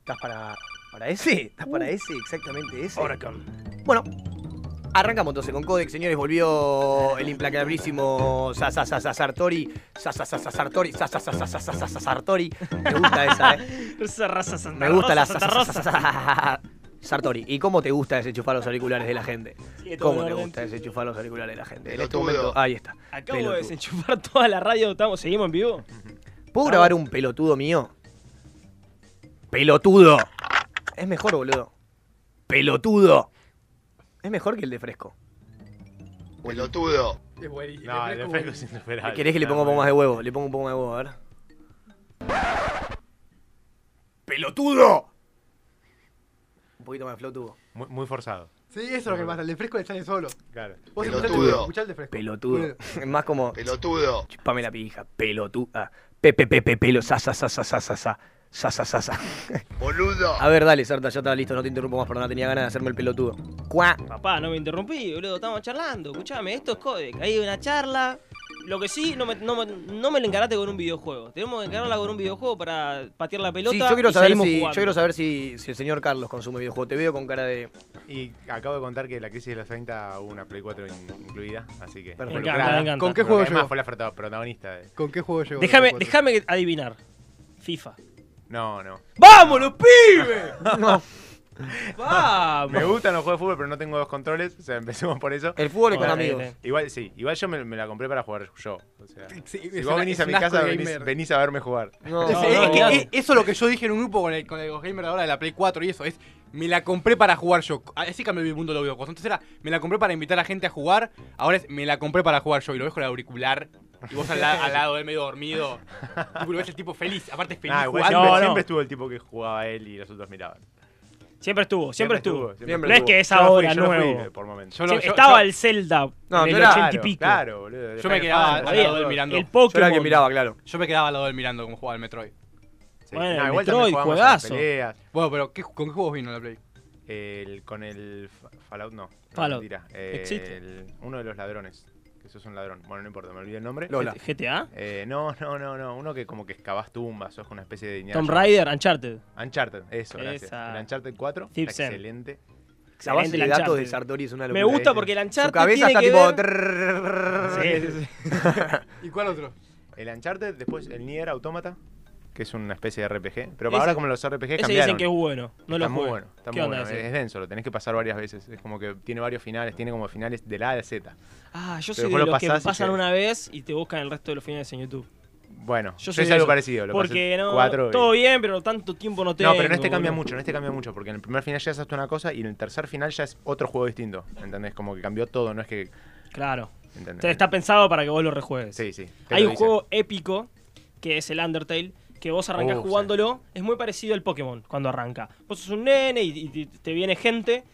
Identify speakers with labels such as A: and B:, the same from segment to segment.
A: ¿Estás para, para ese? ¿Estás
B: Uh.
A: para ese? Exactamente ese.
B: Oracon.
A: Bueno, arrancamos entonces con Codex, señores. Volvió el implacablísimo Sa- Sa- Sa- Sa- Sartori. Sa- Sa- Sa- Sa- Sartori. Sa- Sa- Sa- Sa- Sa- Sa- Sa- Sartori. Me gusta esa, ¿eh?
B: Esa raza Santa
A: Me gusta la
B: Rosa,
A: Sa- Sa-
B: Santa
A: Sa- Sa- Sa-
B: Rosa.
A: Sartori. ¿Y cómo te gusta desenchufar los auriculares de la gente?
B: Sí, todo
A: ¿Cómo
B: en
A: te
B: orden.
A: gusta desenchufar los auriculares de la gente? En este
C: Pelotudo.
A: momento, ahí está.
B: Acabo
A: Pelotudo.
B: de desenchufar toda la radio. Estamos, ¿Seguimos en vivo?
A: ¿Puedo grabar un pelotudo mío? ¡Pelotudo! Es mejor, boludo. ¡Pelotudo! Es mejor que el de fresco.
C: Pelotudo.
D: Es buenísimo.
E: No, el de Fresco es
A: ¿Le
E: insuperable.
A: ¿Querés que le ponga un poco más de huevo? Le pongo un poco más de huevo, a ver. ¡Pelotudo! Un poquito más de flow tuvo.
E: Muy, muy forzado.
D: Sí, eso es lo que pasa. El de fresco le sale solo.
E: Claro.
D: Vos
C: Pelotudo.
D: escuchá el de fresco.
A: Pelotudo. Es más como.
C: Pelotudo.
A: Chupame la pija. ah. Pelotuda. Pepe, pepe, pelo. Sa, sa, sa, sa, sa, sa, sa. Sa, sa, sa, sa.
C: Boludo.
A: A ver, dale, Sarta, ya estaba listo. No te interrumpo más, perdón. Tenía ganas de hacerme el pelotudo. ¡Cuá!
B: Papá, no me interrumpí, boludo. Estamos charlando. Escuchame, esto es Codec. Hay una charla. Lo que sí, no me, no, me- no me la encaraste con un videojuego. Tenemos que encararla con un videojuego para patear la pelota.
A: Sí, yo quiero
B: y
A: saber,
B: salimos
A: si, yo
B: jugando.
A: quiero saber si, si el señor Carlos consume videojuegos. Te veo con cara de.
E: Y acabo de contar que la crisis de los 30 hubo una Play 4 in- incluida, así que.
A: Perfecto.
B: Me
A: Pero
B: encanta, me encanta.
D: ¿Con qué
E: Pero que
D: juego
E: además
D: llegó?
E: fue la prota- protagonista. de-
D: ¿Con qué juego llegó?
B: Déjame,
D: el de cuatro?
B: déjame adivinar. FIFA.
E: No, no.
B: ¡Vamos, los pibes! ¡Vamos!
A: Ah,
E: Me gustan los juegos de fútbol, pero no tengo dos controles. O sea, empecemos por eso.
A: El fútbol es con
B: Bueno,
A: amigos.
B: bien,
E: Igual, sí. Igual yo me, me la compré para jugar yo. O sea,
D: Sí,
E: si
D: es
E: vos
D: una-
E: venís
D: es
E: a
D: un
E: mi
D: asco
E: casa,
D: de
E: venís,
D: gamer.
E: venís a verme jugar.
A: No,
D: Es-
B: No,
D: es
B: no,
D: que
B: olvidate.
D: es- eso es lo que yo dije en un grupo con el, con el Gamer ahora de la Play 4 y eso es. Me la compré para jugar yo. Así cambió mi mundo de los videojuegos. Entonces era, me la compré para invitar a gente a jugar. Ahora es, me la compré para jugar yo. Y lo dejo en el auricular. Y vos al, la- al lado de él medio dormido. Tipo, lo ves el tipo feliz. Aparte es feliz
E: Nah, Ah, igual
D: jugando.
E: siempre,
B: No, no.
E: siempre estuvo el tipo que jugaba él y los otros miraban.
B: Siempre estuvo, siempre, estuvo.
A: Siempre
B: No es que es
E: Yo no fui,
B: ahora
E: yo no fui,
B: nuevo.
E: eh, por momentos.
D: Yo
B: Sí,
D: lo- yo-
B: estaba
D: yo-
B: el Zelda
A: No,
B: del
A: yo era-
B: 80 y pico.
E: Claro, boludo.
D: Yo me quedaba al
B: Oye,
D: lado de él mirando.
B: El
A: yo era
B: Pokémon.
A: el que miraba, claro.
D: Yo me quedaba al lado de él mirando cómo jugaba el Metroid.
B: Bueno,
E: Nah,
B: el
E: igual también
B: Metroid,
E: jugábamos a las
B: juegazo.
E: peleas.
D: Bueno, pero ¿qué- ¿con qué juegos vino la Play?
E: El, con el fa- Fallout no. no,
B: Fallout.
E: mentira. Eh,
B: Existe.
E: el- uno de los ladrones. Que sos un ladrón. Bueno, no importa, me olvidé el nombre.
A: Lola.
B: GTA,
E: Eh, no, no, no, no. Uno que como que excavas tumbas, sos una especie de Indiana
B: Tomb
E: Jones.
B: Raider, Uncharted.
E: Uncharted, eso, gracias.
B: Esa.
E: El Uncharted 4.
B: Thief
E: está
B: Zen.
E: excelente.
A: La base
B: Excelente
A: de
B: el
A: datos de
B: Uncharted.
A: Sartori es una
B: Me
A: locura.
B: gusta
E: ese.
B: porque el
A: Su
B: Uncharted
A: cabeza
B: tiene
A: está
B: que
A: tipo.
B: ver-
A: trrrrrrrrrrrrrrrrrrrrrrrrrrrrrrrrr.
B: Sí, sí, sí.
D: ¿Y cuál otro?
E: El Uncharted, después el Nier Automata, que es una especie de RPG. Pero
B: Ese-
E: ahora como los RPG
B: Ese dicen
E: cambiaron.
B: que es bueno. No
E: está
B: lo
E: muy
B: jugué.
E: bueno, está
B: ¿Qué
E: muy
B: onda
E: bueno.
B: ese?
E: Es denso, lo tenés que pasar varias veces. Es como que tiene varios finales, tiene como finales del A a la Z.
B: Ah, yo
E: Pero
B: soy de
E: vos lo
B: los que
E: pasás y
B: pasan
E: te-
B: una vez y te buscan el resto de los finales en YouTube.
E: Bueno, yo,
B: soy
E: es
B: de
E: algo
B: esos.
E: parecido. Lo
B: Porque
E: pasé
B: no,
E: cuatro y-
B: todo bien, pero tanto tiempo no tengo.
E: No, pero en este cambia
B: boludo.
E: mucho, en este cambia mucho, porque en el primer final ya es hasta una cosa y en el tercer final ya es otro juego distinto. ¿Entendés? Como que cambió todo, no es que.
B: Claro.
E: ¿entendés?
B: Entonces, está pensado para que vos lo rejuegues.
E: Sí, sí. te
B: Hay
E: lo
B: un
E: dicen.
B: juego épico que es el Undertale. Que vos arrancás
E: Uh, sí.
B: jugándolo, es muy parecido al Pokémon cuando arranca. Vos sos un nene y, y te viene gente.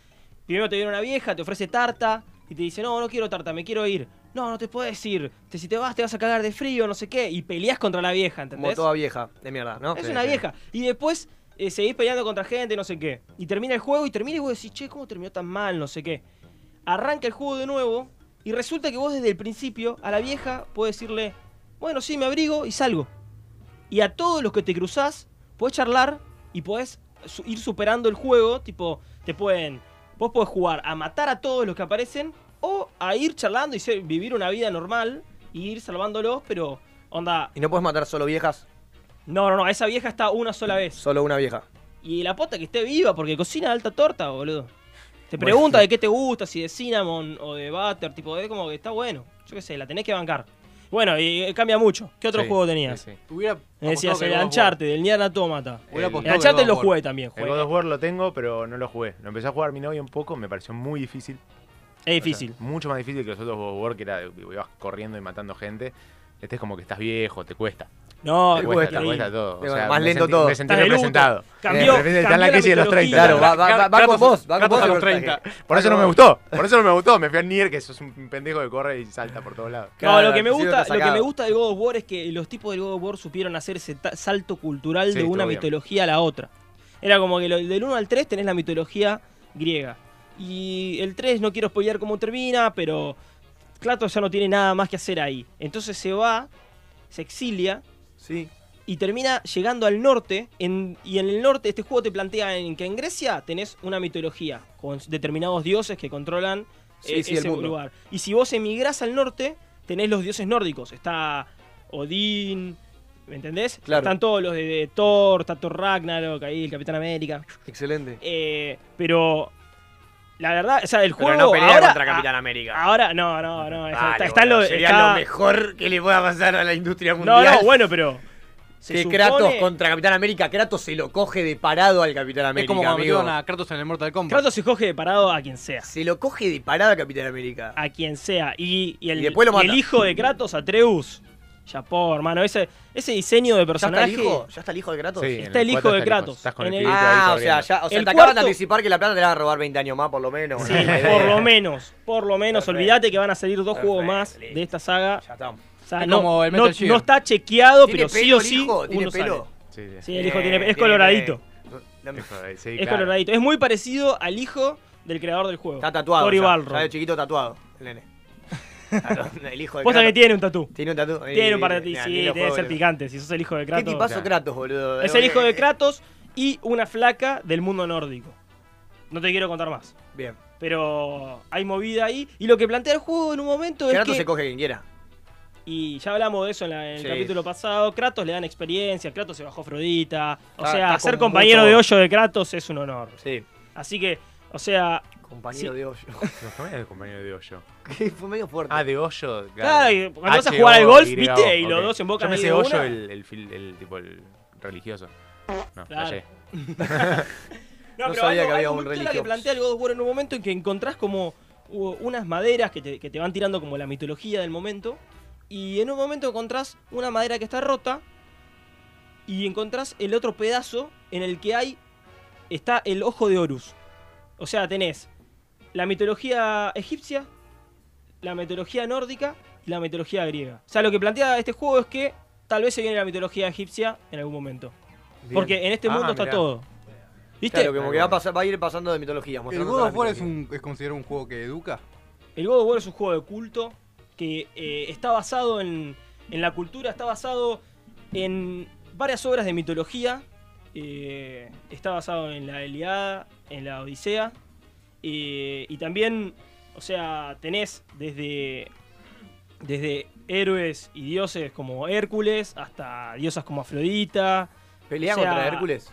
B: Primero te viene una vieja, te ofrece tarta y te dice: No, no quiero tarta, me quiero ir. No, no te puedes ir. Te- si te vas, te vas a cagar de frío, no sé qué. Y peleas contra la vieja,
A: Como
B: ¿entendés?
A: toda vieja, de mierda, ¿no?
B: Es
E: Sí,
B: una
E: sí.
B: vieja. Y después eh, seguís peleando contra gente, no sé qué. Y termina el juego y termina y vos decís, che, ¿cómo terminó tan mal? No sé qué. Arranca el juego de nuevo y resulta que vos desde el principio a la vieja podés decirle, bueno, sí, me abrigo y salgo. Y a todos los que te cruzás, podés charlar y podés su- ir superando el juego. Tipo, te pueden. Vos podés jugar a matar a todos los que aparecen o a ir charlando y ser- vivir una vida normal y ir salvándolos, pero. Onda.
A: Y no puedes matar solo viejas,
B: No, no, no, esa vieja está una sola vez.
A: solo una vieja.
B: Y la posta que esté viva, porque cocina alta torta, boludo. Te pregunta de qué te gusta, si de cinnamon o de butter, tipo, es como que está bueno. Yo qué sé, la tenés que bancar. Bueno, y eh, cambia mucho. ¿Qué otro
E: Sí,
B: juego tenías?
E: sí, sí.
D: Hubiera.
B: Me decías
D: apostado que
B: el
D: God of War.
B: Uncharted, el Nier Automata.
D: Hubiera
E: El-
B: El
D: apostado que
B: Uncharted
D: God
B: lo
D: of War.
B: jugué también,
E: El
B: jugué.
E: God of War lo tengo, pero no lo jugué. Lo empezó a jugar mi novio un poco, me pareció muy difícil.
B: Es
E: O
B: difícil.
E: sea, mucho más difícil que los otros God of War, que era de- ibas corriendo y matando gente. Este es como que estás viejo, te cuesta.
B: No,
E: Te
A: Te
E: cuesta, te
B: increíble.
E: cuesta todo.
A: Te cuesta. Más
E: me
A: lento
E: sentí-
A: todo.
E: Me sentí
B: Estás de luto.
E: representado.
B: Cambió-
E: Eh, está en la
B: cambió
E: crisis de los
B: la
E: 30.
B: mitología.
A: Claro, va, va, va, va con
D: Kratos-
A: vos, va con
D: Kratos
A: vos.
D: a
A: el
D: los
A: personaje.
D: 30.
E: Por eso no me gustó. Por eso no me gustó. Me fui a Nier, que sos un pendejo que corre y salta por todos lados.
B: No, lo que, me
A: Claro,
B: gusta,
A: está
B: lo que me
A: sacado.
B: gusta de God of War es que los tipos del God of War supieron hacer ese ta- salto cultural
E: Sí,
B: de
E: estuvo
B: una
E: bien.
B: mitología a la otra. Era como que lo- del 1 al 3 tenés la mitología griega. Y el 3, no quiero spoilear cómo termina, pero Kratos ya no tiene nada más que hacer ahí. Entonces se va, se exilia
A: Sí.
B: y termina llegando al norte. en- y en el norte este juego te plantea en que en Grecia tenés una mitología con determinados dioses que controlan
A: Sí,
B: eh,
A: sí, el
B: ese
A: mundo.
B: lugar. Y si vos emigrás al norte, tenés los dioses nórdicos. Está Odín, ¿me entendés?
A: Claro.
B: Están todos los de, de Thor, está Thor Ragnarok, ahí el Capitán América.
A: Excelente.
B: Eh, pero la verdad, o sea, el
A: Pero
B: juego
A: no pelea
B: ahora,
A: contra
B: a-
A: Capitán América.
B: Ahora, no, no, no. está-
A: Dale,
B: está- están
A: boludo,
B: los-
A: sería
B: está-
A: lo mejor que le pueda pasar a la industria
B: No,
A: mundial.
B: no, bueno, pero. se
A: que
B: supone-
A: Kratos contra Capitán América, Kratos se lo coge de parado al Capitán América.
D: es como cuando
A: amigo.
D: metieron a Kratos en el Mortal Kombat.
B: Kratos se coge de parado a quien sea.
A: Se lo coge de parado al Capitán América.
B: A quien sea. Y, y el,
A: Y después lo
B: y el
A: mata.
B: hijo de Kratos, Atreus. Chapó, hermano. Ese, ese diseño
A: ¿Ya está
B: de
A: el
B: personaje.
A: hijo? ¿Ya está el hijo de Kratos?
E: Sí, en
B: Está el hijo
E: cuatro
B: de
E: está el hijo.
B: Kratos.
E: Estás con el
B: En el-
E: pibito ahí
A: Ah, o sea,
E: corriendo.
A: ya, o sea,
B: El
A: te acaban de
B: cuarto-
A: anticipar que la plata te la van a robar 20 años más, por lo menos.
B: Sí, por lo menos. Por lo menos.
A: Perfecto.
B: Olvídate que van a salir dos
A: Perfecto,
B: juegos más
A: listo.
B: de esta saga.
A: Ya está.
B: O sea,
D: Es
B: no,
D: como el
B: no-
D: Metal Gear.
B: no está chequeado,
A: ¿Tiene
B: pero
A: pelo
B: sí o
A: el
B: sí.
A: hijo? ¿Tiene
B: uno sale.
A: pelo?
E: Sí, sí.
B: Sí, el hijo
A: Eh,
B: tiene, es coloradito.
A: Dame-
E: Sí,
B: Es
E: claro.
B: coloradito. Es muy parecido al hijo del creador del juego.
A: Está tatuado.
B: Cory
A: ya.
B: Balrog.
A: Ya de chiquito tatuado, el nene. Tatu- El hijo de
B: Vos también
A: Kratos.
B: tiene un tatú.
A: Tiene un tatu.
B: Tiene
A: eh,
B: un par de ti,
A: nah,
B: sí,
A: ni lo
B: debe
A: juego,
B: ser
A: boludo.
B: picante. Si sos el hijo de
A: ¿Qué
B: Kratos.
A: tipazo
E: Claro.
A: Kratos, boludo?
B: Es el hijo de
A: Eh,
B: Kratos y una flaca del mundo nórdico. No te quiero contar más.
A: Bien.
B: Pero hay movida ahí. Y lo que plantea el juego en un momento es
A: Kratos
B: que.
A: se coge quien quiera.
B: Y ya hablamos de eso en, la- en el
A: Sí.
B: capítulo pasado. Kratos le dan experiencia. Kratos se bajó Afrodita. O
A: Ah, Está-
B: sea,
A: está
B: ser
A: con
B: compañero
A: mucho-
B: de hoyo de Kratos es un honor.
A: Sí.
B: Así que, o sea.
A: Compañero
B: Sí.
A: de hoyo.
E: No, también es el compañero de hoyo.
A: Que Fue medio fuerte.
E: Ah, de hoyo.
B: Claro, y cuando vas a jugar al golf,
E: H-O-Y-O,
B: ¿viste? Y
E: ok.
B: los dos
E: Yo
B: embocan
E: me
B: ahí
E: sé
B: de
E: hoyo
B: una.
E: el, el, fil- el tipo el religioso. No,
B: Claro.
E: callé.
B: No,
A: No
B: pero
A: sabía
B: algo-
A: que había
B: algo
A: un
B: muy claro que
A: religioso.
B: plantea el God of War en un momento en que encontrás como u- unas maderas que te, que te van tirando como la mitología del momento. Y en un momento encontrás una madera que está rota. Y encontrás el otro pedazo en el que hay. Está el ojo de Horus. O sea, tenés la mitología egipcia, la mitología nórdica y la mitología griega. O sea, lo que plantea este juego es que tal vez se viene la mitología egipcia en algún momento.
A: Bien.
B: Porque en este
E: Ah,
B: mundo está
E: mirá.
B: todo. ¿Viste?
A: Claro, como que va a, pasar- va a ir pasando de mitología.
D: ¿El
A: mostrando
D: God
A: toda
D: of War
A: la
D: es, un, es considerado un juego que educa?
B: El God of War es un juego de culto que eh, está basado en, en la cultura, está basado en varias obras de mitología. eh, está basado en la Eliada, en la Odisea. eh, y también, o sea, tenés desde, desde héroes y dioses como Hércules hasta diosas como Afrodita.
A: mitología. ¿Pelea
B: o sea,
A: contra Hércules?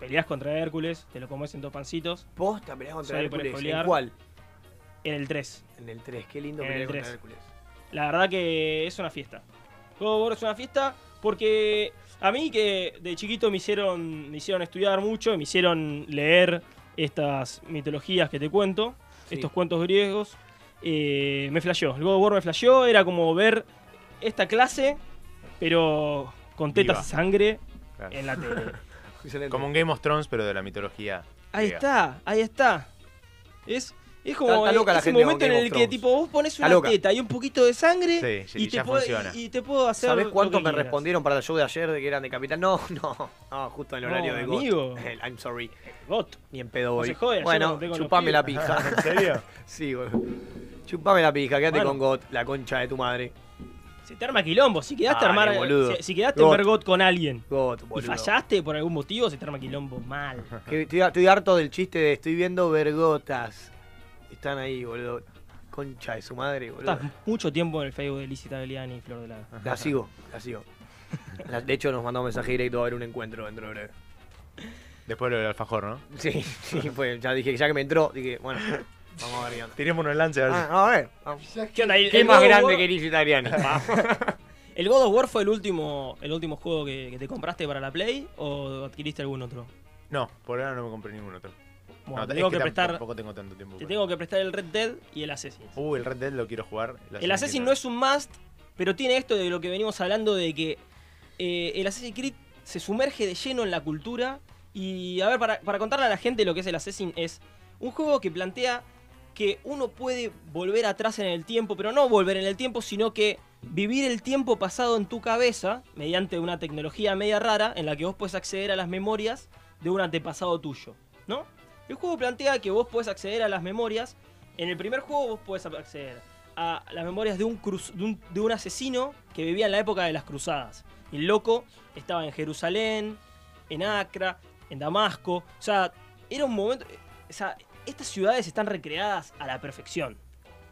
B: Peleas contra Hércules, te lo comes en dos pancitos.
A: ¿Posta pelea contra
B: Sale para
A: Hércules? ¿En
B: spoilear.
A: cuál?
B: En el 3.
A: En el 3. Qué lindo
B: En
A: pelear
B: el
A: contra
B: 3.
A: Hércules.
B: La verdad que es una fiesta. God of War es una fiesta porque a mí que de chiquito me hicieron, me hicieron estudiar mucho, me hicieron leer estas mitologías que te cuento,
A: Sí.
B: estos cuentos griegos, eh, me flasheó. El God of War me flasheó, era como ver esta clase, pero con tetas
E: Viva.
B: y sangre
E: Claro.
B: en la tele.
A: Excelente.
E: Como un Game of Thrones, pero de la mitología.
B: ahí
E: griega.
B: está, ahí está. Es, es como
A: Está- está loca la
B: ese
A: gente con
B: momento en
A: Game
B: el
A: of
B: que
A: Thrones.
B: tipo vos pones
A: Está
B: una
A: loca.
B: teta y un poquito de sangre
E: Sí, sí,
B: y, te
E: ya
B: puedo,
E: funciona.
B: y, y te puedo hacer
A: ¿Sabés
B: lo
A: cuánto
B: que
A: me
B: quieras.
A: respondieron para el show de ayer de que eran de Capitán? No, no, no, justo en el
B: No,
A: horario de God.
B: amigo.
A: El I'm sorry.
B: Got.
A: Ni en pedo
B: se
A: hoy.
B: jode, ayer lo
A: bueno,
B: conté con los
A: chupame la
B: pibes.
A: pija.
E: ¿En serio?
A: sí, boludo. Chupame la pija, quédate
B: Bueno.
A: con God, la concha de tu madre.
B: Se te arma quilombo. Si quedaste, a
A: Dale,
B: armar,
A: boludo.
B: si, si quedaste
A: Got.
B: en ver God con alguien
A: God, boludo.
B: y fallaste por algún motivo, se te arma quilombo mal.
A: Que estoy, estoy harto del chiste de estoy viendo vergotas. Están ahí, boludo. Concha de su madre, boludo.
B: Estás mucho tiempo en el Facebook de Licita Beliani y Flor de la.
A: La sigo, la sigo. La- de hecho, nos mandó un mensaje directo a haber un encuentro dentro de breve.
E: Después lo del alfajor, ¿no?
A: Sí, sí, pues ya dije, ya que me entró, dije, bueno, vamos a ver qué onda.
E: Tiremos unos lances a ver si-
A: Ah, a ver, vamos.
B: ¿Qué onda? El,
A: ¿Qué
B: el
A: más
B: God of
A: grande
B: War-
A: que Ah. Liz Italiani?
B: ¿El God of War fue el último, el último juego que, que te compraste para la Play o adquiriste algún otro?
E: No, por ahora no me compré ningún otro.
B: Bueno,
E: no,
B: te
E: es
B: tengo que,
E: tam-
B: prestar.
E: Tampoco tengo tanto tiempo.
B: Te
E: para-
B: tengo que prestar el Red Dead y el Assassin.
E: Uh, el Red Dead lo quiero jugar.
B: El Assassin no es un must, pero tiene esto de lo que venimos hablando de que eh, el Assassin's Creed se sumerge de lleno en la cultura. Y a ver, para, para contarle a la gente lo que es el Assassin, es un juego que plantea que uno puede volver atrás en el tiempo, pero no volver en el tiempo, sino que vivir el tiempo pasado en tu cabeza mediante una tecnología media rara en la que vos puedes acceder a las memorias de un antepasado tuyo, ¿no? El juego plantea que vos puedes acceder a las memorias. En el primer juego vos puedes acceder a las memorias de un, cruz- de un, de un asesino que vivía en la época de las cruzadas. Y el loco estaba en Jerusalén, en Acra, en Damasco. O sea, era un momento. O sea, estas ciudades están recreadas a la perfección.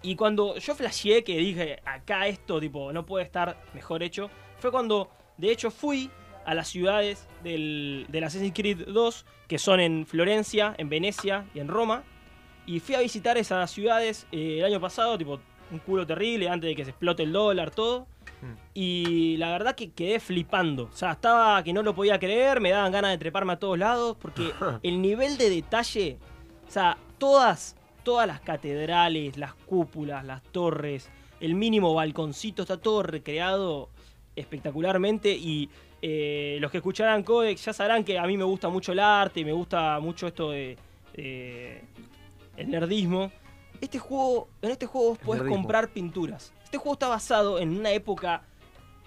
B: Y cuando yo flasheé que dije, acá esto, tipo, no puede estar mejor hecho, fue cuando, de hecho, fui a las ciudades del, del Assassin's Creed 2, que son en Florencia, en Venecia y en Roma. Y fui a visitar esas ciudades eh, el año pasado, tipo, un culo terrible, antes de que se explote el dólar, todo. Y la verdad que quedé flipando. O sea, estaba que no lo podía creer, me daban ganas de treparme a todos lados, porque el nivel de detalle, o sea, todas, todas las catedrales, las cúpulas, las torres, el mínimo balconcito, está todo recreado espectacularmente. Y eh, los que escucharán Codex ya sabrán que a mí me gusta mucho el arte, me gusta mucho esto de... eh, el nerdismo. Este juego, en este juego vos podés
A: nerdismo.
B: comprar pinturas. Este juego está basado en una época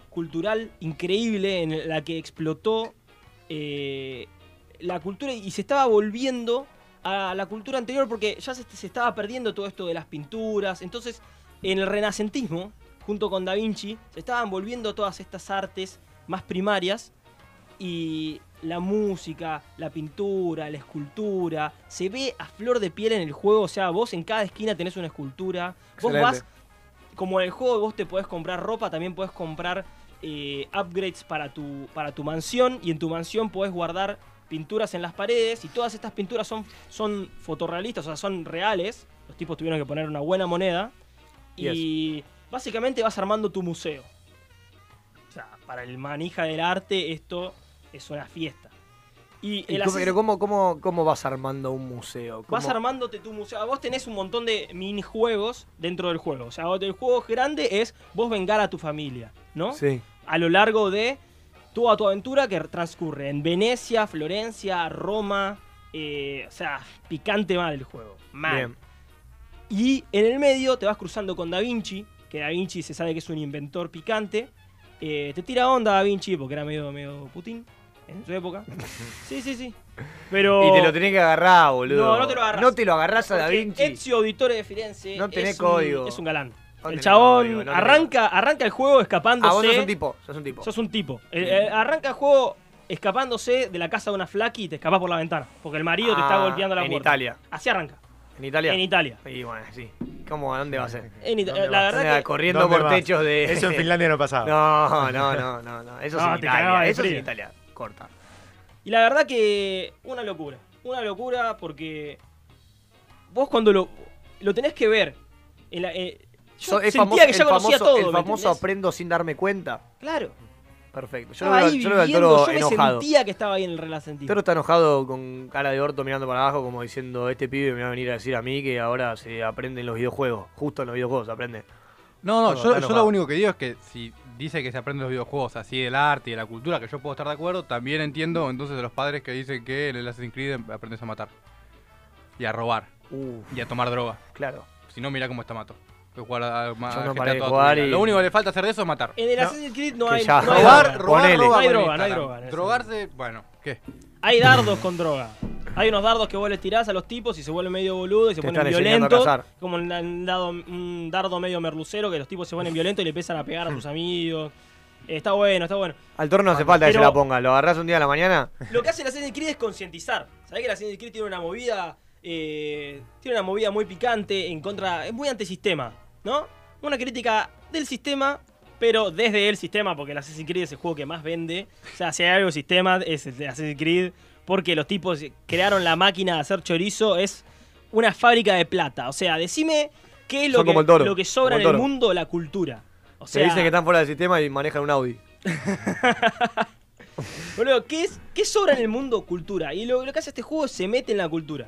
B: cultural increíble en la que explotó eh, la cultura y se estaba volviendo a la cultura anterior porque ya se, se estaba perdiendo todo esto de las pinturas. Entonces, en el renacentismo, junto con Da Vinci, se estaban volviendo todas estas artes más primarias y la música, la pintura, la escultura, se ve a flor de piel en el juego, o sea, vos en cada esquina tenés una escultura, vos
A: Excelente.
B: vas, como en el juego vos te podés comprar ropa, también podés comprar eh, upgrades para tu, para tu mansión y en tu mansión podés guardar pinturas en las paredes y todas estas pinturas son, son fotorrealistas, o sea, son reales, los tipos tuvieron que poner una buena moneda y básicamente vas armando tu museo. O sea, para el manija del arte esto es una fiesta. Y
A: ¿Y
B: el
A: cómo-
B: Assassin's-
A: pero cómo, cómo, cómo vas armando un museo? ¿Cómo-
B: vas armándote tu museo. Vos tenés un montón de minijuegos dentro del juego. O sea, el juego grande es vos vengar a tu familia, ¿no?
A: Sí.
B: a lo largo de toda tu aventura que transcurre en Venecia, Florencia, Roma. eh, o sea, picante mal el juego. Mal.
A: Bien.
B: Y en el medio te vas cruzando con Da Vinci, que Da Vinci se sabe que es un inventor picante. Eh, te tira onda Da Vinci, porque era medio, medio Putin en su época. Sí, sí, sí. Pero.
A: Y te lo tenés que agarrar, boludo.
B: No, no te lo agarrás.
A: No te lo agarrás a Da
B: porque
A: Vinci.
B: Ezio Auditore de Firenze.
A: No tenés
B: es un-
A: código.
B: es un galán. el
A: tenés
B: chabón
A: código, no tenés
B: arranca, arranca el juego escapándose.
A: Ah, vos sos un tipo. Sos un tipo.
B: Sos un tipo. El- el- arranca el juego escapándose de la casa de una flaca y te escapás por la ventana. Porque el marido te está
A: Ah,
B: golpeando la
A: en
B: puerta.
A: Italia.
B: Así arranca.
A: ¿En Italia?
B: En Italia.
A: Y bueno, sí. ¿Cómo? ¿A dónde va a ser?
B: En Ita-
E: ¿Dónde
B: la
E: vas?
B: verdad
A: Anda
B: que.
A: corriendo
E: ¿Dónde
A: por
E: vas?
A: techos de.
E: Eso en Finlandia no pasaba.
A: No, no, no, no, no. Eso
B: No,
A: es
B: te
A: en Italia.
B: cagabas de
A: Eso es en
B: frío.
A: Italia. Corta.
B: Y la verdad que. Una locura. Una locura porque. Vos cuando lo. Lo tenés que ver. en la- eh, yo
A: So- es
B: sentía
A: famoso-
B: que ya
A: el
B: conocía
A: famoso-
B: todo.
A: El
B: ¿me
A: famoso
B: entendés?
A: aprendo sin darme cuenta.
B: Claro.
A: Perfecto. Yo lo
B: Estaba
A: veo,
B: ahí
A: yo lo veo al
B: viviendo,
A: toro
B: yo me
A: enojado.
B: sentía que estaba ahí en el relacentismo.
A: El toro está enojado con cara de orto mirando para abajo, como diciendo: Este pibe me va a venir a decir a mí que ahora se aprende en los videojuegos. Justo en los videojuegos se aprende.
D: No, no,
A: No,
D: yo,
A: acá no
D: yo
A: va.
D: lo único que digo es que si dice que se aprende los videojuegos así del arte y de la cultura, que yo puedo estar de acuerdo, también entiendo entonces a los padres que dicen que en el Assassin's Creed em, aprendes a matar. Y a robar.
A: Uf,
D: Y a tomar droga.
A: claro.
D: Si no, mirá cómo está Mato. Que jugar a- a- a
A: Yo no
D: GTA
A: paré de
D: toda tu
A: jugar
D: vida.
A: y-
D: Lo único que le falta hacer de eso es matar.
B: En el
A: No.
B: Assassin's Creed no
A: Que
B: hay.
A: ya
B: Eh, no hay
A: robar,
B: droga.
A: Ponele.
B: No hay
D: con
B: droga, no hay
D: Instagram.
B: droga. en ese-
D: Drogarse, bueno, ¿qué?
B: Hay dardos con droga. Hay unos dardos que vos les tirás a los tipos y se vuelven medio boludos y se
A: Te
B: ponen
A: están enseñando a
B: violentos.
A: cazar.
B: Como un, un dado- un dardo medio merlucero que los tipos se ponen violentos y le empiezan a pegar a tus amigos. Eh, Está bueno, está bueno.
A: Al toro no hace falta que se
B: Ah, Pero-
A: la ponga. Lo agarrás un día a la mañana.
B: Lo que hace la Assassin's Creed es concientizar. Sabés que la Assassin's Creed tiene una movida. eh, tiene una movida muy picante en contra. Es muy antisistema, ¿no? Una crítica del sistema, pero desde el sistema, porque el Assassin's Creed es el juego que más vende. O sea, si hay algo sistema, es el de Assassin's Creed. Porque los tipos crearon la máquina de hacer chorizo. Es una fábrica de plata. O sea, decime qué es lo,
A: Son como
B: que,
A: el toro,
B: lo que
A: como
B: sobra en
A: el
B: el
A: toro.
B: mundo, la cultura. O
A: Se
B: sea,
A: dicen que están fuera del sistema y manejan un Audi.
B: Boludo, ¿qué, es, ¿qué sobra en el mundo? Cultura. Y lo, lo que hace este juego es se mete en la cultura.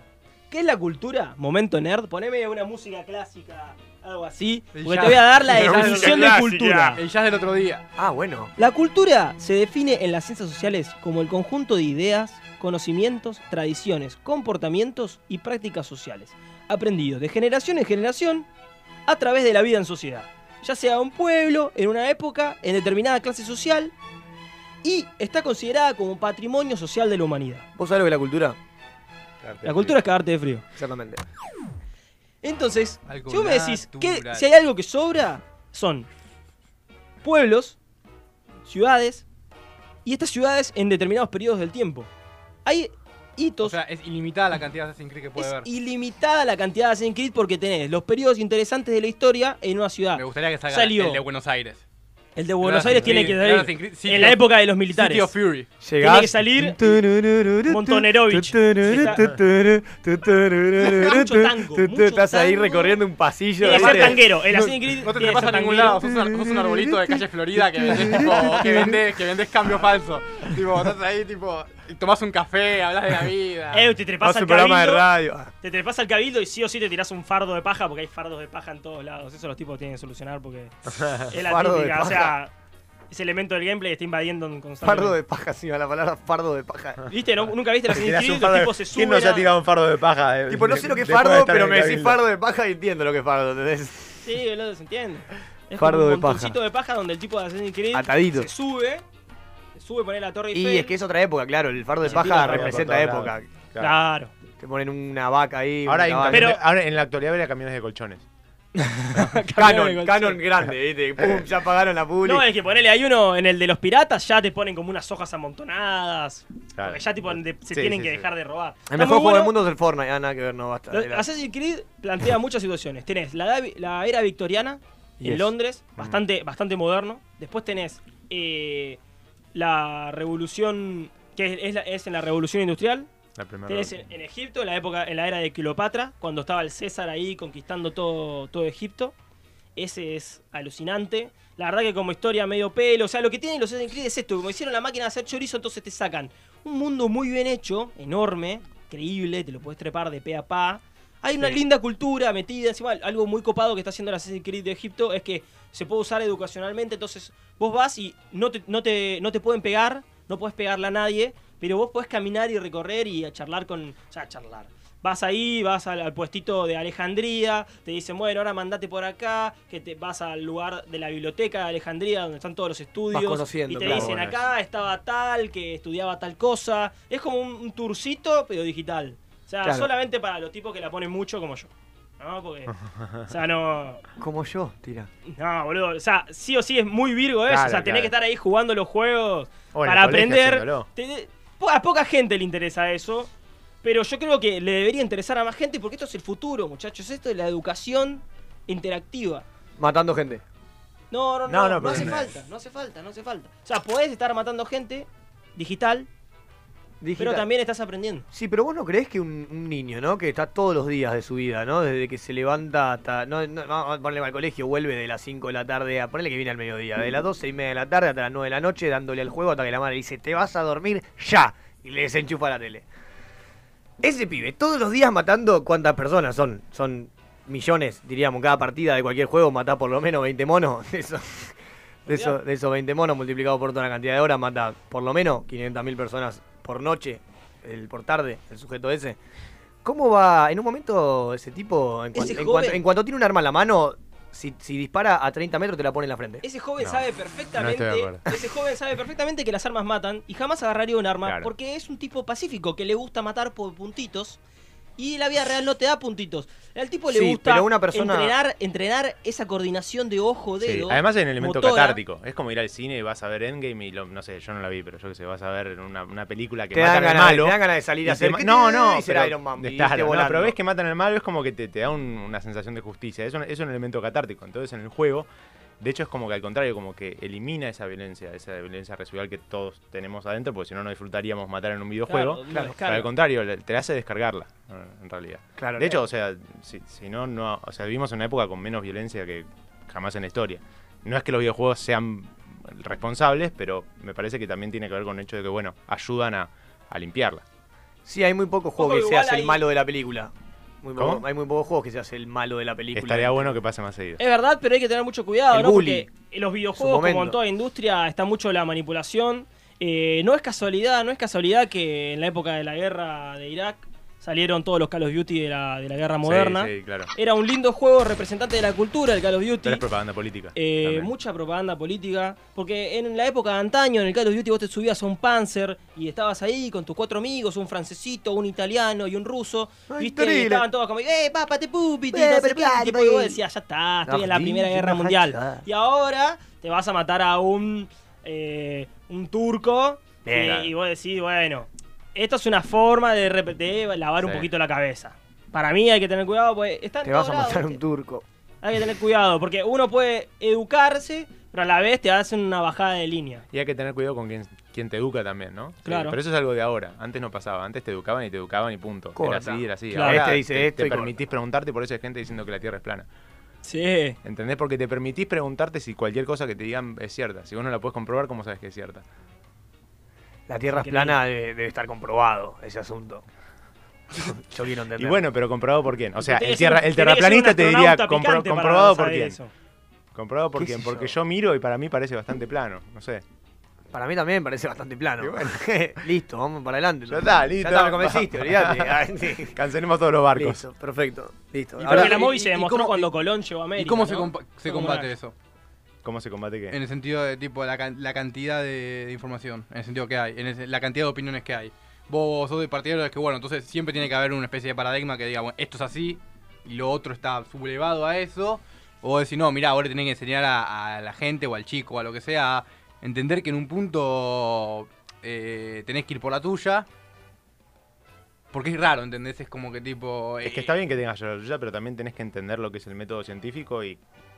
B: ¿Qué es la cultura? Momento nerd. Poneme una música clásica, algo así.
D: Y
B: Porque
D: ya.
B: te voy a dar la
D: Una música
B: definición de
E: clásica.
B: cultura.
D: El jazz del otro día.
A: Ah, bueno.
B: La cultura se define en las ciencias sociales como el conjunto de ideas, conocimientos, tradiciones, comportamientos y prácticas sociales, aprendidos de generación en generación a través de la vida en sociedad, ya sea un pueblo, en una época, en determinada clase social, y está considerada como patrimonio social de la humanidad.
A: ¿Vos sabés lo que es la cultura?
B: La cultura es cagarte de frío.
A: Exactamente.
B: Entonces,
D: Algo
B: si vos me decís que
D: natural.
B: si hay algo que sobra, son pueblos, ciudades, y estas ciudades en determinados periodos del tiempo. Hay hitos
D: O sea, es ilimitada la cantidad de Assassin's Creed que puede
B: es
D: ver.
B: ilimitada la cantidad de Assassin's Creed porque tenés los periodos interesantes de la historia en una ciudad.
D: Me gustaría que salga
B: Salió.
D: el de Buenos Aires.
B: El de Buenos
D: Assassin's
B: Aires tiene que
D: Creed,
B: salir
D: Assassin's Creed, City
B: en la
D: of-
B: época de los
D: City
B: militares.
D: of Fury.
A: Llegás.
B: Tiene que salir Montonerovich. Mucho tango, mucho
A: Estás ahí
B: tango.
A: recorriendo un pasillo.
B: Tiene que ser
A: ¿viste?
B: tanguero. El Assassin's Creed
D: No te
B: tiene que
D: trepas a
B: ser
D: ningún
B: tanguero.
D: lado, sos un, sos un arbolito de calle Florida que vendés, tipo, Oh, que vendés, que vendés cambio falso. Tipo, estás ahí, tipo, y tomás un café, hablas de la vida.
B: Eh, te
A: Vas
B: trepas
A: a
B: al
A: un programa de
B: cabildo.
A: radio. Ah,
B: Te trepas al cabildo y sí o sí te tirás un fardo de paja porque hay fardos de paja en todos lados. Eso los tipos tienen que solucionar porque es la
A: Fardo de
B: típica. O
A: paja.
B: sea, ese elemento del gameplay está invadiendo constantemente.
A: Fardo de paja, sí, la palabra fardo de paja.
B: ¿Viste? ¿No? ¿Nunca viste la
E: Te tirás
B: Assassin's Creed?
E: un fardo
B: Los
E: de-
B: tipos se suben.
E: ¿Quién no se
B: a-
E: ha tirado un fardo de paja? eh,
A: Tipo, no
E: de-
A: sé lo que es
E: después de
A: fardo,
E: estar
A: pero
E: en
A: me
E: el
A: decís
E: cabildo?
A: fardo de paja y entiendo lo que es fardo, ¿entendés?
B: Sí, boludo, se entiende. Es
A: Fardo
B: como un
A: de paja.
B: montoncito de paja donde el tipo de Assassin's Creed
A: Atadito.
B: se sube, se sube, pone la torre
A: Y
B: Eiffel.
A: es que es otra época, claro. El fardo de
B: Sí,
A: paja
B: claro,
A: ah, representa
E: por todos
A: época.
E: Claro.
B: Claro.
A: Que ponen una vaca ahí.
E: Ahora,
A: una
E: hay un
A: vaca.
E: camión de-
B: Pero-
E: ahora en la actualidad habría camiones de colchones.
A: Canon, canon grande, ¿viste? Pum, ya pagaron la publi.
B: No, es que ponele, hay uno en el de los piratas, ya te ponen como unas hojas amontonadas.
E: Claro.
B: Porque ya tipo de- se
E: Sí,
B: tienen
E: sí,
B: que
E: sí.
B: dejar de robar. Está
A: El
B: muy
A: mejor juego
B: bueno.
A: del mundo es el Fortnite. Ah, nada que ver, no basta.
B: Lo-
A: Era-
B: Assassin's Creed plantea muchas situaciones. Tenés la, edad- la era victoriana en
A: Yes.
B: Londres, bastante, bastante moderno. Después tenés eh, la revolución, que es, es la- es en la revolución industrial.
E: La primera.
B: Tenés en, en Egipto, en la época, en la era de Cleopatra, cuando estaba el César ahí conquistando todo, todo Egipto. Ese es alucinante. La verdad que como historia medio pelo, o sea, lo que tienen los Assassin's Creed es esto, como hicieron la máquina de hacer chorizo, entonces te sacan un mundo muy bien hecho, enorme, increíble, te lo puedes trepar de pe a pa. Hay una linda cultura metida, encima algo muy copado que está haciendo el Assassin's Creed de Egipto es que se puede usar educacionalmente, entonces vos vas y no te, no te, no te pueden pegar, no puedes pegarle a nadie, pero vos podés caminar y recorrer y a charlar con... O sea, charlar. Vas ahí, vas al, al puestito de Alejandría, te dicen, bueno, ahora mandate por acá, que te vas al lugar de la biblioteca de Alejandría, donde están todos los estudios.
A: conociendo,
B: y te
A: claro,
B: dicen,
A: bueno,
B: acá estaba tal, que estudiaba tal cosa. Es como un, un tourcito, pero digital. O sea,
A: Claro.
B: solamente para los tipos que la ponen mucho como yo. ¿No? Porque. O sea, no.
A: Como yo, tira.
B: No, boludo. O sea, sí o sí es muy virgo eso.
E: Claro,
B: o sea, tenés
E: claro.
B: que estar ahí jugando los juegos
E: O en el
B: para
E: colegio
B: aprender.
E: haciéndolo.
B: Te- po- a poca gente le interesa eso. Pero yo creo que le debería interesar a más gente porque esto es el futuro, muchachos. Esto es la educación interactiva.
A: Matando gente.
B: No, no, no.
E: No,
B: No,
E: no, pero
B: hace
E: no.
B: falta, no hace falta, no hace falta. O sea, podés estar matando gente digital, pero
A: Digital.
B: también estás aprendiendo.
A: Sí, pero vos no crees que un, un niño, ¿no? Que está todos los días de su vida, ¿no? Desde que se levanta hasta. No, no, vamos a ponerle al colegio, vuelve de las 5 de la tarde a. Ponele que viene al mediodía, de las 12 y media de la tarde hasta las 9 de la noche, dándole al juego hasta que la madre dice, te vas a dormir ya. Y le desenchufa la tele. Ese pibe, todos los días matando cuántas personas son. Son millones, diríamos, cada partida de cualquier juego mata por lo menos 20 monos. De eso- de eso- de esos 20 monos multiplicado por toda la cantidad de horas, mata por lo menos 500.000 personas por noche, el, por tarde, el sujeto ese. ¿Cómo va? En un momento, ese tipo, en, cuan-
B: Ese
A: en cuanto,
B: joven-
A: en cuanto tiene un arma en la mano, si, si dispara a 30 metros, te la pone en la frente.
B: Ese joven
E: No,
B: sabe
E: no
B: perfectamente.
E: estoy de acuerdo.
B: ese joven sabe perfectamente que las armas matan y jamás agarraría un arma
E: Claro.
B: porque es un tipo pacífico que le gusta matar por puntitos y la vida real no te da puntitos. Al tipo le
A: Sí,
B: gusta
A: pero una persona-
B: entrenar, entrenar esa coordinación de ojo,
E: Sí,
B: dedo.
E: Además hay un elemento
B: motora.
E: catártico. Es como ir al cine y vas a ver Endgame y lo- no sé, yo no la vi, pero yo qué sé, vas a ver una, una película que
A: Te dan,
E: matan al
A: ganas,
E: malo.
A: te dan ganas de salir
E: y
A: a hacer.
E: te ma- no, no,
A: y ser
E: pero,
A: Iron Man,
E: de-
A: y
E: claro,
A: irte
E: no,
A: volando.
E: pero ves que matan al malo, es como que te, te da un- una sensación de justicia. Es un, es un elemento catártico. Entonces en el juego, de hecho es como que al contrario, como que elimina esa violencia, esa violencia residual que todos tenemos adentro, porque si no, no disfrutaríamos matar en un videojuego.
B: Claro,
A: claro,
E: Pero al contrario, le- te hace descargarla, eh, en realidad.
A: Claro, eh.
E: de hecho, o sea, si, si no, no, o sea, vivimos en una época con menos violencia que jamás en la historia. No es que los videojuegos sean responsables, pero me parece que también tiene que ver con el hecho de que, bueno, ayudan a, a limpiarla.
A: Sí, hay muy pocos juegos
B: Ojo,
A: que se
B: igual
A: hace el
B: hay-
A: malo de la película. Muy
E: ¿Cómo?
A: poco- hay muy pocos juegos que se hace el malo de la película.
E: Estaría bueno que pase más seguido.
B: Es verdad, pero hay que tener mucho cuidado,
A: El
B: ¿no?
A: bullying.
B: Porque en los videojuegos, como en
A: momento.
B: toda industria, está mucho la manipulación. Eh, no es casualidad, no es casualidad que en la época de la guerra de Irak salieron todos los Call of Duty de la, de la guerra moderna.
E: Sí, sí, claro.
B: Era un lindo juego representante de la cultura, el Call of Duty.
E: Pero es propaganda política.
B: Eh,
E: también.
B: mucha propaganda política. Porque en la época de antaño, en el Call of Duty, vos te subías a un Panzer y estabas ahí con tus cuatro amigos, un francesito, un italiano y un ruso.
A: Ay,
B: ¿viste? Y
A: terrible.
B: estaban todos como, ¡eh, papá, te pupi!
A: Eh,
B: no sé
A: pero
B: qué",
A: claro,
B: tipo, y vos
A: pero-
B: decías, ya está, estoy en la
A: Argentina,
B: Primera Guerra
A: una
B: Mundial.
A: fachada.
B: Y ahora te vas a matar a un eh, un turco.
A: Bien,
B: y-
A: claro.
B: y, vos decís, bueno, esto es una forma de, rep- de lavar un
E: Sí.
B: poquito la cabeza. Para mí hay que tener cuidado, pues está en
A: Te
B: todos
A: vas a
B: lados,
A: matar
B: ¿viste?
A: un turco.
B: Hay que tener cuidado, porque uno puede educarse, pero a la vez te hacen una bajada de línea.
E: Y hay que tener cuidado con quien, quien te educa también, ¿no? Sí,
B: Claro.
E: pero eso es algo de ahora. Antes no pasaba. Antes te educaban y te educaban y punto.
A: Corta.
E: Era así, era así.
B: Claro.
E: Ahora
A: Este dice
E: te,
A: esto
E: te
A: y corta.
E: permitís preguntarte, por eso hay gente diciendo que la Tierra es plana.
B: Sí.
E: ¿Entendés? Porque te permitís preguntarte si cualquier cosa que te digan es cierta. Si vos no la puedes comprobar, ¿cómo sabes que es cierta?
A: La tierra es
B: Increíble.
A: plana, debe, debe estar comprobado ese asunto. Yo quiero entender.
E: Y bueno, pero comprobado por quién. O sea,
B: Tenés
E: el, tierra,
B: un-
E: el
B: tenés que ser un
E: terraplanista te diría
B: astronauta
E: compro-
B: picante para
E: comprobado por
B: saber
E: quién.
B: eso.
E: Comprobado por
A: ¿Qué
E: quién.
A: sé
E: Porque
A: yo?
E: yo miro y para mí parece bastante plano. No sé.
A: Para mí también parece bastante plano.
E: Y bueno.
A: listo, vamos para adelante.
E: Ya está,
A: Ya
E: listo.
A: está, me convenciste, olvídate. Ah, sí.
E: Cancelemos todos los barcos.
A: Listo, perfecto. Listo.
D: Y
A: Ahora-
B: Porque la móvil
D: ¿y-
B: se
D: y
B: demostró
D: cómo-
B: cuando Colón llegó a América.
D: ¿Y cómo se,
B: ¿no?
D: compa- se
B: ¿Cómo
D: combate
B: era?
D: eso?
E: ¿Cómo se combate qué?
D: En el sentido de tipo la, can- la cantidad de, de información, en el sentido que hay, en el- la cantidad de opiniones que hay. Vos sos de partidario de que, bueno, entonces siempre tiene que haber una especie de paradigma que diga, bueno, esto es así y lo otro está sublevado a eso. O decir, no, mira, ahora tienen que enseñar a, a la gente o al chico o a lo que sea a entender que en un punto eh, tenés que ir por la tuya. Porque es raro, ¿entendés? Es como que tipo...
E: Es
D: eh,
E: que está bien que tengas la tuya, pero también tenés que entender lo que es el método científico y,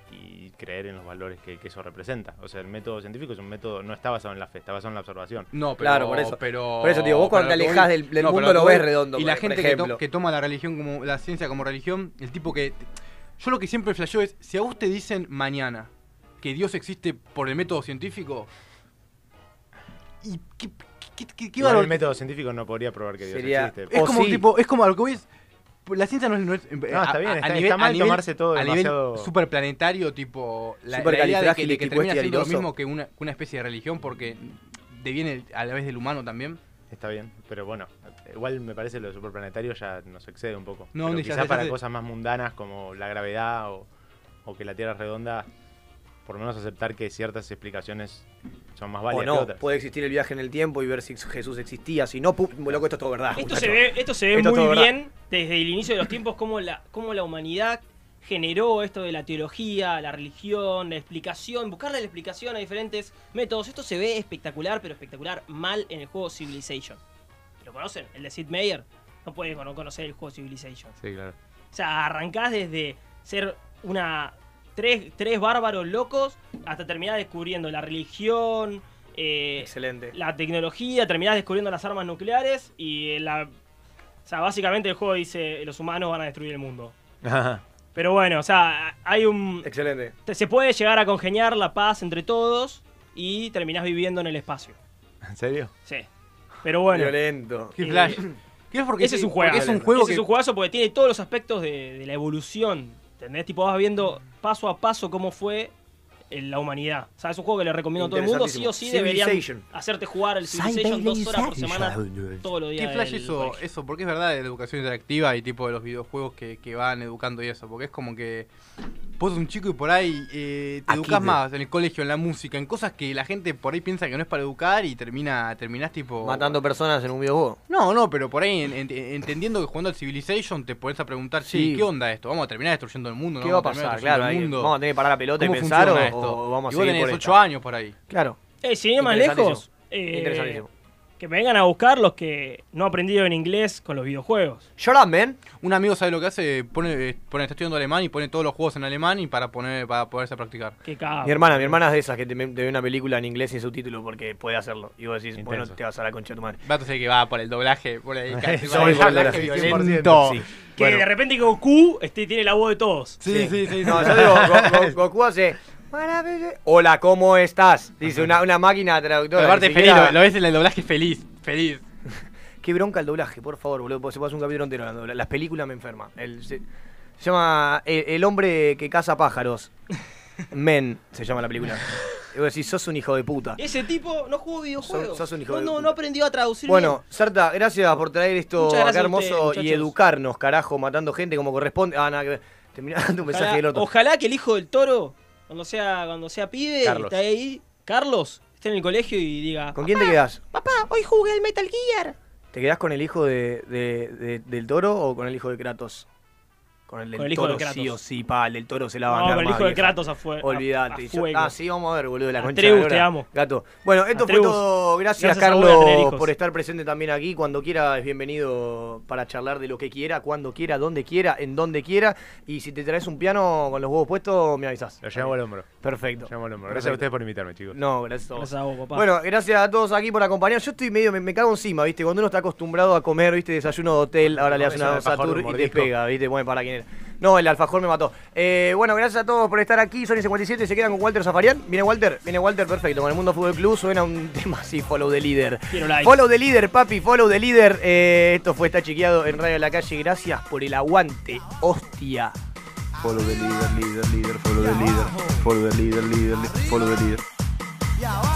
E: y creer en los valores que, que eso representa. O sea, el método científico es un método, no está basado en la fe, está basado en la observación.
D: No, pero,
A: Claro, por eso.
D: Pero,
A: Por eso te digo, vos
D: pero
A: cuando te
D: lo que
A: alejás
D: voy-
A: del- del
D: pero
A: mundo
D: que
A: lo
D: voy-
A: ves redondo,
D: Y la
A: por- por
D: gente que, to-
A: ejemplo.
D: que toma la religión como la ciencia como religión, el tipo que yo lo que siempre flasheo es si a vos te dicen mañana que Dios existe por el método científico y qué qué, qué- qué
E: Igual
D: valor-
E: el método científico no podría probar que Dios
A: Sería-
E: existe.
D: es
A: Oh,
D: como
A: sí.
D: tipo, es como a lo que voy es la ciencia no es, no es- eh,
E: está bien, está- está mal tomarse todo
D: a
E: demasiado-
D: nivel superplanetario tipo la, la idea de que, de
A: Supercalifragilist-
D: que termina siendo lo
A: tipuestialidoso.
D: mismo que una, una especie de religión porque deviene a la vez del humano también.
E: Está bien, pero bueno, igual me parece lo de superplanetario ya nos excede un poco.
D: No,
E: Pero
D: ni ya
E: quizás
D: sé, ya
E: para
D: sé.
E: cosas más mundanas como la gravedad o, o que la Tierra es redonda, por lo menos aceptar que ciertas explicaciones son más
A: o
E: válidas que
A: no,
E: otras.
A: puede existir el viaje en el tiempo y ver si Jesús existía. Si no, pum, loco, esto es todo verdad.
B: Esto
A: muchacho.
B: se ve, esto se ve
A: Esto es
B: muy
A: todo
B: bien desde el inicio de los tiempos, cómo la, cómo la humanidad generó esto de la teología, la religión, la explicación, buscarle la explicación a diferentes métodos. Esto se ve espectacular, pero espectacular mal en el juego Civilization. ¿Lo conocen? El de Sid Meier. No puedes no conocer el juego Civilization.
E: Sí, claro.
B: O sea, arrancás desde ser una tres, tres bárbaros locos hasta terminar descubriendo la religión, eh,
A: Excelente.
B: la tecnología, terminás descubriendo las armas nucleares y eh, la. O sea, básicamente el juego dice los humanos van a destruir el mundo. Pero bueno, o sea, hay un.
A: Excelente.
B: te- Se puede llegar a congeniar la paz entre todos y terminás viviendo en el espacio.
E: ¿En serio?
B: Sí. Pero bueno,
A: Violento.
D: Qué
B: Eh,
D: flash. ¿Qué es porque
B: ese es un
D: porque
B: juego.
D: Es un juego
B: ese
D: que
B: es un juegazo porque tiene todos los aspectos de, de la evolución. ¿Entendés? Tipo, vas viendo paso a paso cómo fue eh, la humanidad. O sea, es un juego que le recomiendo a todo el mundo. Sí o sí deberían
A: Civilization.
B: hacerte jugar el Civilization dos horas por semana todos los días.
D: ¿Qué flash
B: del
D: eso,
B: colegio.
D: eso? Porque es verdad de la educación interactiva y tipo de los videojuegos que, que van educando y eso. Porque es como que vos sos un chico y por ahí eh, te
A: Aquí
D: educas
A: de-
D: más en el colegio, en la música, en cosas que la gente por ahí piensa que no es para educar y termina terminás tipo...
A: Matando personas en un videojuego.
D: No, no, pero por ahí en- en- entendiendo que jugando al Civilization te podés a preguntar, sí,
A: Sí.
D: ¿qué onda esto? ¿Vamos a terminar destruyendo el mundo? ¿no?
A: ¿Qué va a
D: ¿Vamos
A: pasar?
D: terminar
A: Claro, ahí,
D: destruyendo el
A: vamos a
D: mundo?
A: tener que parar la pelota y
D: ¿Cómo
A: pensar o,
D: funciona esto?
A: o vamos a
D: y vos
A: seguir
D: tenés
A: por
D: 8
A: esta?
D: años por ahí.
A: Claro.
B: Eh, sin ir más
A: Interesantísimo.
B: lejos, eh,
A: Interesantísimo.
B: que me vengan a buscar los que no aprendieron inglés con los videojuegos.
A: Shut up, man.
D: Un amigo sabe lo que hace, pone, eh, pone está estudiando alemán y pone todos los juegos en alemán y para, poner, para poderse practicar.
B: Que
D: Ah,
B: cago.
A: Mi hermana, mi hermana es de esas que te, te ve una película en inglés sin subtítulo porque puede hacerlo. Y vos decís, bueno,
E: Intenso.
A: te vas a la concha de tu madre.
D: Vato sé que va por el doblaje, por el casi
E: Sobre
D: el
E: el
D: doblaje
E: doblaje,
D: violento.
E: 100%, sí.
B: Que de repente Goku este, tiene la voz de todos.
D: Sí, sí, sí.
A: No, yo digo, Go- Go- Goku hace. "Maravilla- Hola, ¿cómo estás? Dice una, una máquina traductora.
D: Pero aparte
A: ni
D: feliz,
A: siquiera-
D: lo, lo ves en el doblaje feliz, feliz.
A: Qué bronca el doblaje, por favor, boludo. porque Se pasa un capítulo entero hablando. de dobla- Las películas me enferman. El- se, se llama eh, El hombre que caza pájaros. Men se llama la película. Y vos decís, sos un hijo de puta.
B: Ese tipo no jugó videojuegos.
A: Sos- sos un hijo
B: no,
A: de
B: no,
A: puta.
B: no aprendió a traducir
A: Bueno, Sarta, gracias por traer esto
B: Muchas
A: acá
B: gracias a
A: hermoso
B: ustedes,
A: y
B: muchachos.
A: educarnos, carajo, matando gente como corresponde. Ah, nada que ver. Terminá dando un
B: bien.
A: mensaje del
B: Ojalá,
A: orto.
B: ojalá que el hijo del toro, cuando sea, cuando sea pibe,
E: Carlos.
B: está ahí, Carlos, esté en el colegio y diga... "Ah,
A: ¿Con quién te quedás?
B: Papá, hoy jugué al Metal Gear.
A: ¿Te quedás con el hijo de, de- de- del toro o con el hijo de Kratos? Con el del
B: Con el hijo
A: toro
B: de Kratos.
A: sí o sí, pa, el del toro se la van a
B: No,
A: dar
B: pero el
A: más,
B: hijo de
A: vieja.
B: Kratos afuera.
A: Olvídate. Y yo- ah, sí, vamos a ver, boludo, la concha. de
B: Atreus,
A: la
B: te
A: lora.
B: amo.
A: Gato. Bueno, esto
B: Atreus,
A: fue todo. Gracias,
B: gracias a vos de tener
A: Carlos,
B: hijos.
A: por estar presente también aquí. Cuando quiera, es bienvenido para charlar de lo que quiera, cuando quiera, donde quiera, en donde quiera. Y si te traes un piano con los huevos puestos, me avisas.
E: Lo llevamos al hombro.
A: Perfecto.
E: Lo llevamos al hombro. Gracias a ustedes por invitarme, chicos.
A: No, gracias a vos.
B: Gracias a vos, papá.
A: Bueno, gracias a todos aquí por acompañarnos. Yo estoy medio, me, me cago encima, ¿viste? Cuando uno está acostumbrado a comer, ¿viste? Desayuno de hotel, ahora le
E: No,
A: hace
E: es
A: una
E: un alfajor,
A: Satur
E: un
A: y te
E: mordisco.
A: pega, ¿viste? Bueno, para quién era. No, el alfajor me mató. Eh, bueno, gracias a todos por estar aquí. Sony 57, se quedan con Walter Zafarian. Viene Walter, viene Walter, perfecto. Con el Mundo Fútbol Club suena un tema así, follow the leader.
B: Quiero likes.
A: Follow the leader, papi, follow the leader. Eh, esto fue Está Chiqueado en Radio de la Calle. Gracias por el aguante, hostia.
F: Follow the leader, leader, leader, follow the leader, follow the leader, leader, follow the leader.
G: Y abajo.